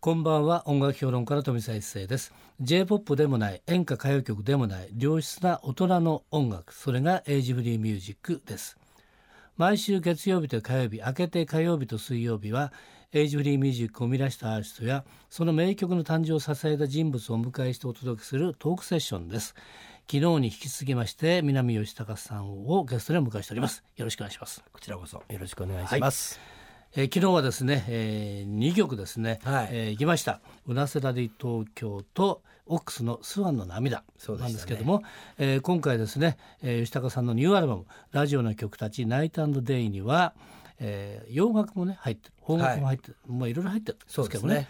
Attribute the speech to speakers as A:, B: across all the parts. A: こんばんは音楽評論家の富澤一世です J-POP でもない演歌歌謡曲でもない良質な大人の音楽それがエイジフリーミュージックです毎週月曜日と火曜日明けて火曜日と水曜日はエイジフリーミュージックを生み出したアーティストやその名曲の誕生を支えた人物をお迎えしてお届けするトークセッションです昨日に引き続きまして南吉隆さんをゲストでお迎えしておりますよろしくお願いします
B: こちらこそよろしくお願いします、
A: えー昨日はですね、え2曲ですね、
B: はい
A: えー行きました「うなせらり東京」と「オックスのスワンの涙」
B: そう
A: な
B: でした
A: ん
B: ね
A: ですけども、えー今回ですね、えー吉高さんのニューアルバム「ラジオの曲たちナイトデイ」には、えー洋楽もね入ってる邦楽も入ってる、い、まあいろいろ入ってるんで
B: そう
A: す
B: で
A: け
B: す
A: どね
B: ね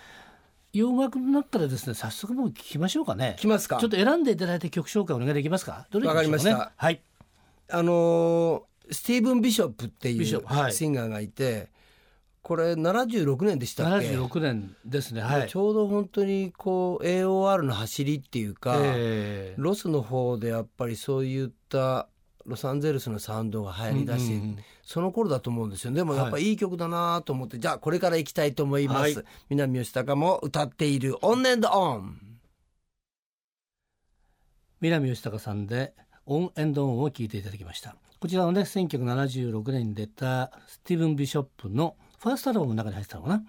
A: 洋楽の中からですね早速もう聞きましょうかね
B: 聞きますか
A: ちょっと選んでいただいて曲紹介お願いできますかどれ行ょうね
B: わかりました
A: はい
B: あのースティーブン・ビショップってい
A: ビショップは
B: う
A: い
B: シンガーがいて、これ76年でしたっけ
A: 76年ですねはい
B: ちょうど本当にこう AOR の走りっていうか、
A: えー
B: ロスの方でやっぱりそういったロサンゼルスのサウンドが流行りだして、
A: うんうんうん
B: その頃だと思うんですよでも
A: はい
B: やっぱいい曲だなと思って、じゃあこれから行きたいと思います、
A: はい
B: 南吉高も歌っている「オンエンドオン」
A: 南吉高さんでオンエンドオンを聞いていただきましたこちらのね1976年に出たスティーブン・ビショップのファーストアルバムの中に入ってたのかな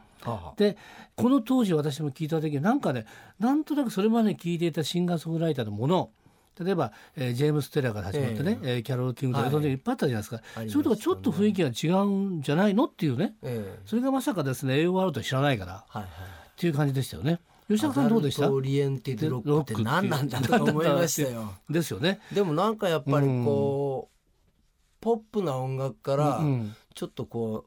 A: でこの当時私も聞いた時なんかねなんとなくそれまで聞いていたシンガーソングライターのもの例えば、えージェームス・テラーから始まってね、えーキャロル・キングとか
B: はい
A: その時いっぱいあったじゃないですか、
B: ありましたね
A: そういうとこちょっと雰囲気が違うんじゃないのっていうね
B: ええ
A: それがまさかですね AOR とは知らないから
B: はいはい
A: っていう感じでしたよね吉高さんどうでし
B: アダ
A: た
B: ルトオリエンティドロックって何なんだとか思いましたよ
A: ですよね。
B: でもなんかやっぱりこう、ポップな音楽から
A: うん
B: ちょっとこ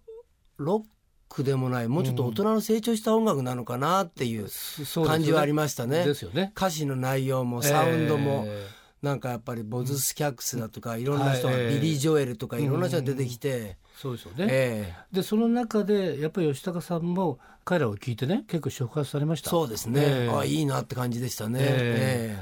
B: うロックでもないもうちょっと大人の成長した音楽なのかなっていう
A: そうですよね
B: 感じはありましたね
A: ですよね。
B: 歌詞の内容もサウンドも、
A: え
B: なんかやっぱりボズス・キャックスだとかいろんな人が、
A: はいええ
B: ビリー・ジョエルとかいろんな人が出てきて、
A: ーそうですよね。
B: ええ
A: でその中でやっぱり吉高さんも彼らを聞いてね結構触発されました。
B: そうですね、
A: ええ
B: あいいなって感じでしたね、
A: え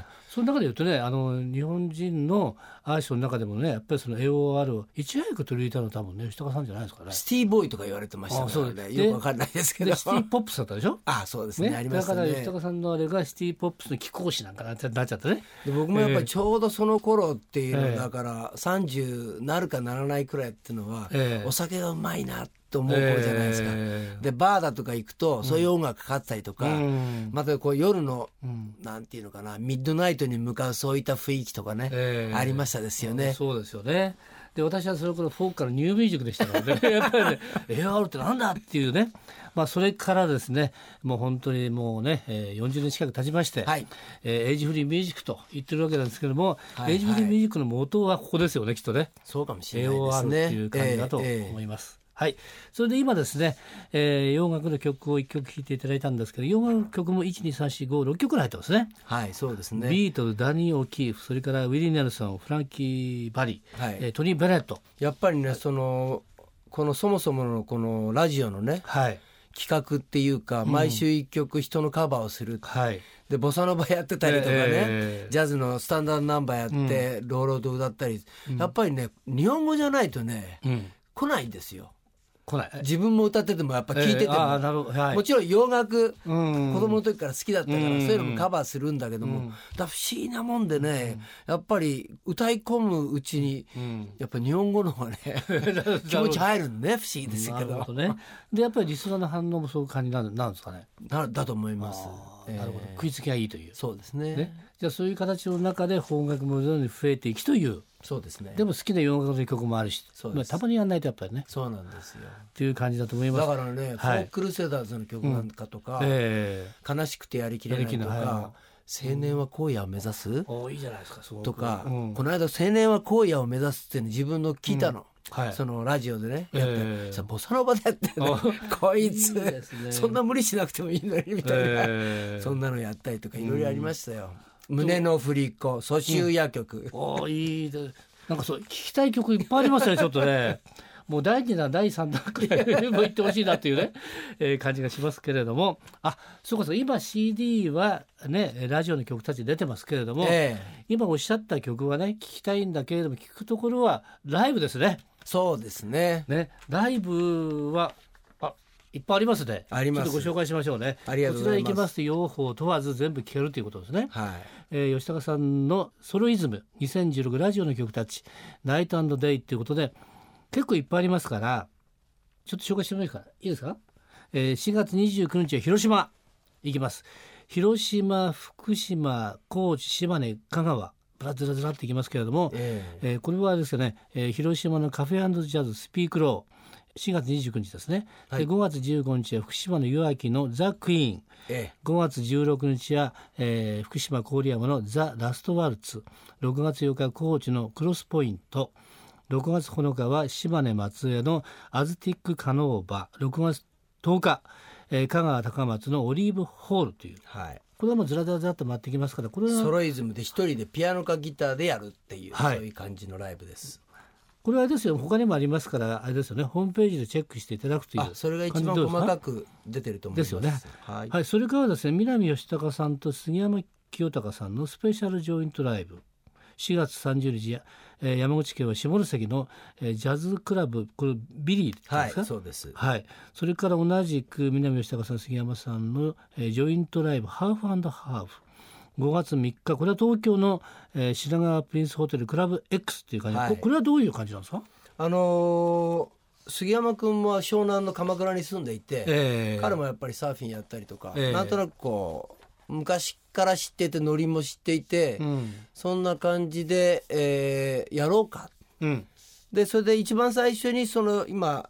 B: ええ
A: その中で言うとねあの日本人のアーティストの中でもねやっぱりその AOR をいち早く取り入れたのは多分ね吉高さんじゃないですかね。
B: シティボーイとか言われてました
A: あ
B: か
A: そう
B: ら
A: です
B: ね
A: で
B: よくわかんないですけど
A: でシティ・ポップスだったでしょ。
B: あそうですねありま
A: だ
B: し
A: か
B: た
A: ら
B: ね
A: 吉高さんのあれがシティ・ポップスの貴公子なんかなってなっちゃってね。
B: で僕もやっぱ
A: ええ
B: りちょうどその頃っていうの、
A: ええ
B: だから30なるかならないくらいっていうのは、
A: ええ
B: お酒がうまいなと思う頃じゃないですか、
A: えー
B: でバーだとか行くとそういう音楽かかってたりとか、
A: うん
B: またこう夜の
A: うん
B: なんていうのかなミッドナイトに向かうそういった雰囲気とかね、
A: ええ
B: ありましたですよね。
A: そうですよね。で私はそれこそフォークからニューミュージックでしたからね やっぱりね AR ってなんだっていうね、まあ、それからですねもう本当にもうね、えー40年近く経ちまして、
B: はい
A: えーエイジフリーミュージックと言ってるわけなんですけども、
B: はいはい
A: エイジフリーミュージックの元はここですよねきっとね。
B: そうかもしれないです
A: AOR
B: ね。
A: っていう感じだと
B: ええ
A: 思います。はい、それで今ですね、えー洋楽の曲を1曲聴いていただいたんですけど洋楽の曲も12345 6曲ぐらい入ってますね。
B: はい、そうですね。
A: ビートルダニー・オキーフそれからウィリー・ネルソンフランキー・バリー、
B: はい
A: えートニー・ベレット、
B: やっぱりね、そのこのそもそものこのラジオのね
A: はい
B: 企画っていうか、毎週一曲人のカバーをする。
A: はい、
B: でボサノバやってたりとかね、
A: ええ
B: ジャズのスタンダードナンバーやって、ローロード歌ったり、やっぱりね日本語じゃないとね、
A: うん、
B: 来ないんですよ
A: 来ない
B: 自分も歌っててもやっぱ聞いてても、
A: えーあーなるほどはい
B: もちろん洋楽、
A: うん
B: 子供の時から好きだったから、
A: うん
B: そういうのもカバーするんだけども、だから不思議なもんでね、やっぱり歌い込むうちに、
A: ん
B: やっぱ日本語 の方がね気持ち入るのね不思議です
A: な
B: け
A: る
B: ど
A: ほどねでやっぱりリスナーの反応もそういう感じなんなんですかね、
B: なだと思います
A: あ、ー
B: えー
A: なるほど食いつきがいいという
B: そうですね
A: ね、じゃあそういう形の中で邦楽も徐々に増えていきという
B: そうですね
A: でも好きな洋楽の曲もあるし、
B: そう
A: ま
B: で
A: あ、
B: す
A: たまにやんないとやっぱりね
B: そうなんですよ
A: っていう感じだと思います
B: だからね、
A: はい
B: フォークルセダーズの曲なんかとか、
A: え
B: 悲しくてやりきれないとか、
A: やりきれないは
B: 青年は荒野を目指す、
A: えおいいじゃないですかすごく
B: とか、
A: うん
B: この間青年は荒野を目指すっていうの自分の聞いたの、
A: はい
B: そのラジオでねやって、
A: ええ
B: さボサノバでやってねこいつ
A: いいですね
B: そんな無理しなくてもいいのにみたいな、
A: え え
B: そんなのやったりとかいろいろありましたよ、胸の振り子蘇州夜曲、
A: おーいいでなんかそう聞きたい曲いっぱいあり ますねちょっとねもう第2弾第3弾くらいも行ってほしいなっていうね、えー感じがしますけれどもあそうかそう今 CD はねラジオの曲たち出てますけれども、
B: ええ
A: 今おっしゃった曲はね聞きたいんだけれども聞くところはライブですね
B: そうですね
A: ねライブはあいっぱいありますね。
B: あります
A: ちょっとご紹介しましょうね。
B: ありがとうございます
A: こちら行きますと、用法問わず全部聞けるということですね。
B: はい
A: えー吉高さんのソロイズム2016ラジオの曲たち「ナイトデイ」っていうことで結構いっぱいありますからちょっと紹介してもいいですかいいですか、えー4月29日は広島行きます広島福島高知島根香川ブラズラズラっていきますけれども、
B: ええ
A: えーこれはですね、えー広島のカフェジャズスピークロー4月29日ですね、
B: はい
A: で5月15日は福島の湯明のザ・クイーン
B: え
A: 5月16日は、えー福島郡山のザ・ラストワルツ6月8日は高知のクロスポイント6月9日は島根松江のアズティックカノーバ6月10日、えー香川高松のオリーブホールという
B: はい
A: これはもうずらずらずらっと回ってきますからこれ
B: ソ
A: は
B: ロイズムで一人でピアノかギターでやるっていう、
A: はい
B: そういう感じのライブです
A: これはあれですよ他にもありますからあれですよねホームページでチェックしていただくという
B: あそれが一
A: 感じ
B: 番
A: どうです
B: 細かく出てると思います
A: ですよね
B: はい、
A: はい、それからですね南吉高さんと杉山清隆さんのスペシャルジョイントライブ4月30日、えー山口県は下関の、えージャズクラブこれビリーって言うん
B: は
A: で
B: い
A: すか、はい
B: そうです
A: それから同じく南吉高さん杉山さんの、えージョイントライブハーフハーフ5月3日これは東京の、えー品川プリンスホテルクラブ X っていう感じ、
B: はい
A: ここれはどういう感じなんですか、
B: あのー杉山君は湘南の鎌倉に住んでいて、
A: えー
B: 彼もやっぱりサーフィンやったりとか、
A: ええ
B: なんとなくこう昔から知っててノリも知っていて、
A: うん
B: そんな感じで、えーやろうか
A: うん
B: でそれで一番最初にその今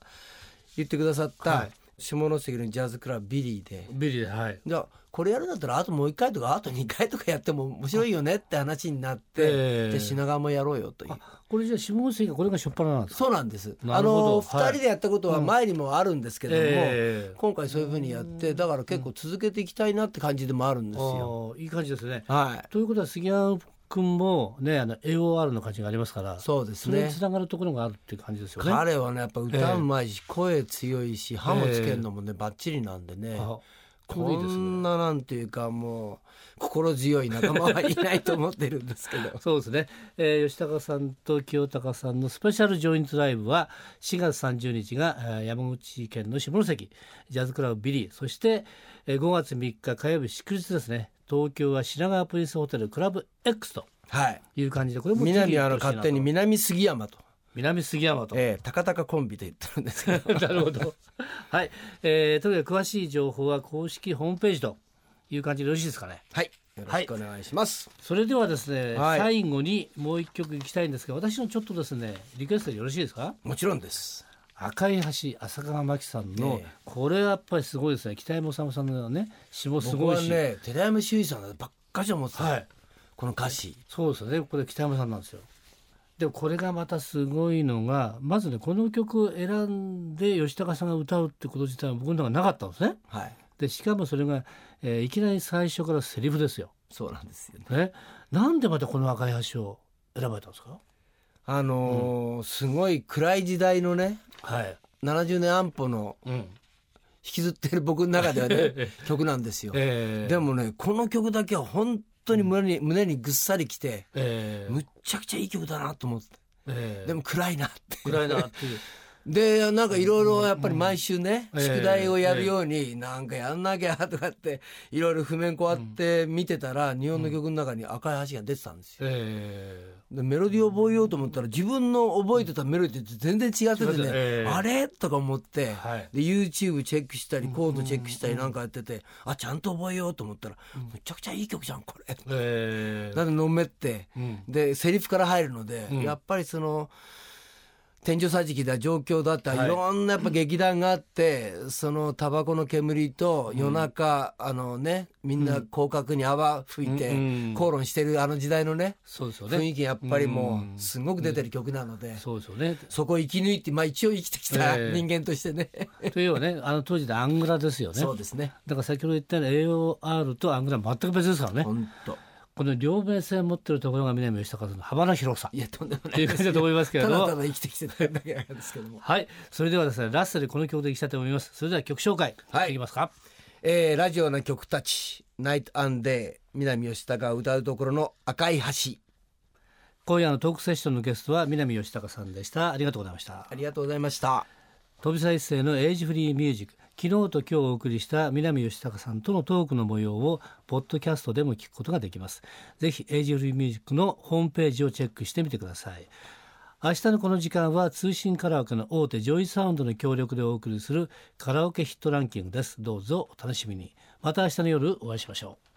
B: 言ってくださっ
A: は
B: た
A: い
B: 下関のジャズクラブビリーで。
A: ビリーではい
B: じゃあこれやるんだったらあともう1回とかあと2回とかやっても面白いよねって話になって、
A: ええ
B: で品川もやろうよという
A: これじゃあ下関がこれが初っ端なんですか
B: そうなんです
A: な
B: あ
A: るほど
B: の
A: はい
B: 2人でやったことは前にもあるんですけれども、
A: ええ
B: 今回そういうふうにやってだから結構続けていきたいなって感じでもあるんですよ。
A: ああいい感じですね。
B: はい
A: ということは杉山君もねあの AOR の感じがありますから
B: そうです
A: それに
B: ね
A: つながるところがあるっていう感じですよね。
B: 彼はねやっぱ歌うまいし、声強いし歯もつけるのもねばっちりなんでね、
A: あこれいい
B: こ
A: です
B: ん
A: ね。
B: ななんていうかもう心強い仲間はいないと思ってるんですけ ど
A: そうですね、えー吉高さんと清高さんのスペシャルジョイントライブは4月30日がえー山口県の下関ジャズクラブビリーそしてえー5月3日火曜日祝日ですね東京は品川プリンスホテルクラブ X と
B: はい
A: いう感じでこれもぜひ
B: 南はあの
A: 行ってほしい
B: 勝
A: なと
B: 手に南杉山と、
A: 南杉山と
B: ええ、高々コンビで言ってるんで すけど
A: なるほど。はい、えー、とにかく詳しい情報は公式ホームページという感じでよろしいですかね。
B: はいよろしくお願いします、
A: それではですね、
B: はい
A: 最後にもう一曲いきたいんですが、私のちょっとですね、リクエストでよろしいですか。
B: もちろんです
A: 赤い橋浅川真紀さんの、
B: ええ
A: これはやっぱりすごいですね。北山修さんのね、詩もす
B: 僕
A: ごい
B: は
A: し。
B: ね寺山修司さんだばっかし思ってた、
A: はい
B: この歌詞
A: そうですよね。これ北山さんなんですよ。でもこれがまたすごいのがまずねこの曲を選んで吉高さんが歌うってこと自体は僕の中でなかったんですね。
B: はい
A: でしかもそれが、えーいきなり最初からセリフですよ。
B: そうなんですよね
A: ね、なんでまたこの赤い橋を選ばれたんですか。
B: あのーすごい暗い時代のね
A: はい。
B: 70年安保の
A: うん。
B: 引きずってる僕の中では ね曲なんですよ、
A: えー、
B: で、もねこの曲だけは本当に胸に,、胸にぐっさりきて
A: えー、
B: むっちゃくちゃいい曲だなと思って
A: えー、
B: でも暗いなって
A: 暗いなっていう。
B: でなんかいろいろやっぱり毎週ね、
A: うん
B: 宿題をやるようになんかやんなきゃとかっていろいろ譜面こうやって見てたら日本の曲の中に赤い橋が出てたんですよ。
A: え
B: でメロディーを覚えようと思ったら自分の覚えてたメロディーと全然違って
A: 違っててたえ
B: ね
A: え
B: あれとか思って
A: はい
B: で YouTube チェックしたりコードチェックしたりなんかやっててあちゃんと覚えようと思ったらめちゃくちゃいい曲じゃんこれ。
A: ー、え
B: な
A: ー、
B: んでのめって
A: うん。
B: でセリフから入るので、
A: うん
B: やっぱりその天井桟敷だ状況だった、
A: はい
B: い、ろんなやっぱ劇団があって、そのタバコの煙と夜中、あのねみんな広角に泡吹いて、
A: うんうん
B: 口論してるあの時代のね
A: そうですよね。
B: 雰囲気やっぱりも
A: うん
B: うすごく出てる曲なので、
A: そうですよね。
B: そこを生き抜いてまあ一応生きてきた
A: ええ
B: 人間としてね、
A: というのはね、 あの当時でアングラですよね。
B: そうですね
A: だから先ほど言ったように AOR とアングラは全く別ですからね。
B: 本当
A: この両面性を持ってるところが南吉高さんの幅の広さ
B: いやとんでもな
A: とい
B: いうで
A: 感
B: す
A: じだと思いますけれ
B: た
A: ど
B: だ
A: も
B: た。だ生きてきてただけなんですけども。
A: はい、それではですね、ラストでこの曲でいきたいと思います。それでは曲紹介、
B: はい
A: いきますか。
B: えーラジオの曲たち「ナイトアンデー」南吉高が歌うところの「赤い橋
A: 今夜のトークセッションのゲストは南吉高さんでした。ありがとうございました」。
B: ありがとうございました。
A: 飛び再生のエイジフリーミュージック、昨日と今日お送りした南吉高さんとのトークの模様をポッドキャストでも聞くことができますぜひエイジフリーミュージックのホームページをチェックしてみてください明日のこの時間は通信カラオケの大手ジョイサウンドの協力でお送りするカラオケヒットランキングですどうぞお楽しみにまた明日の夜お会いしましょう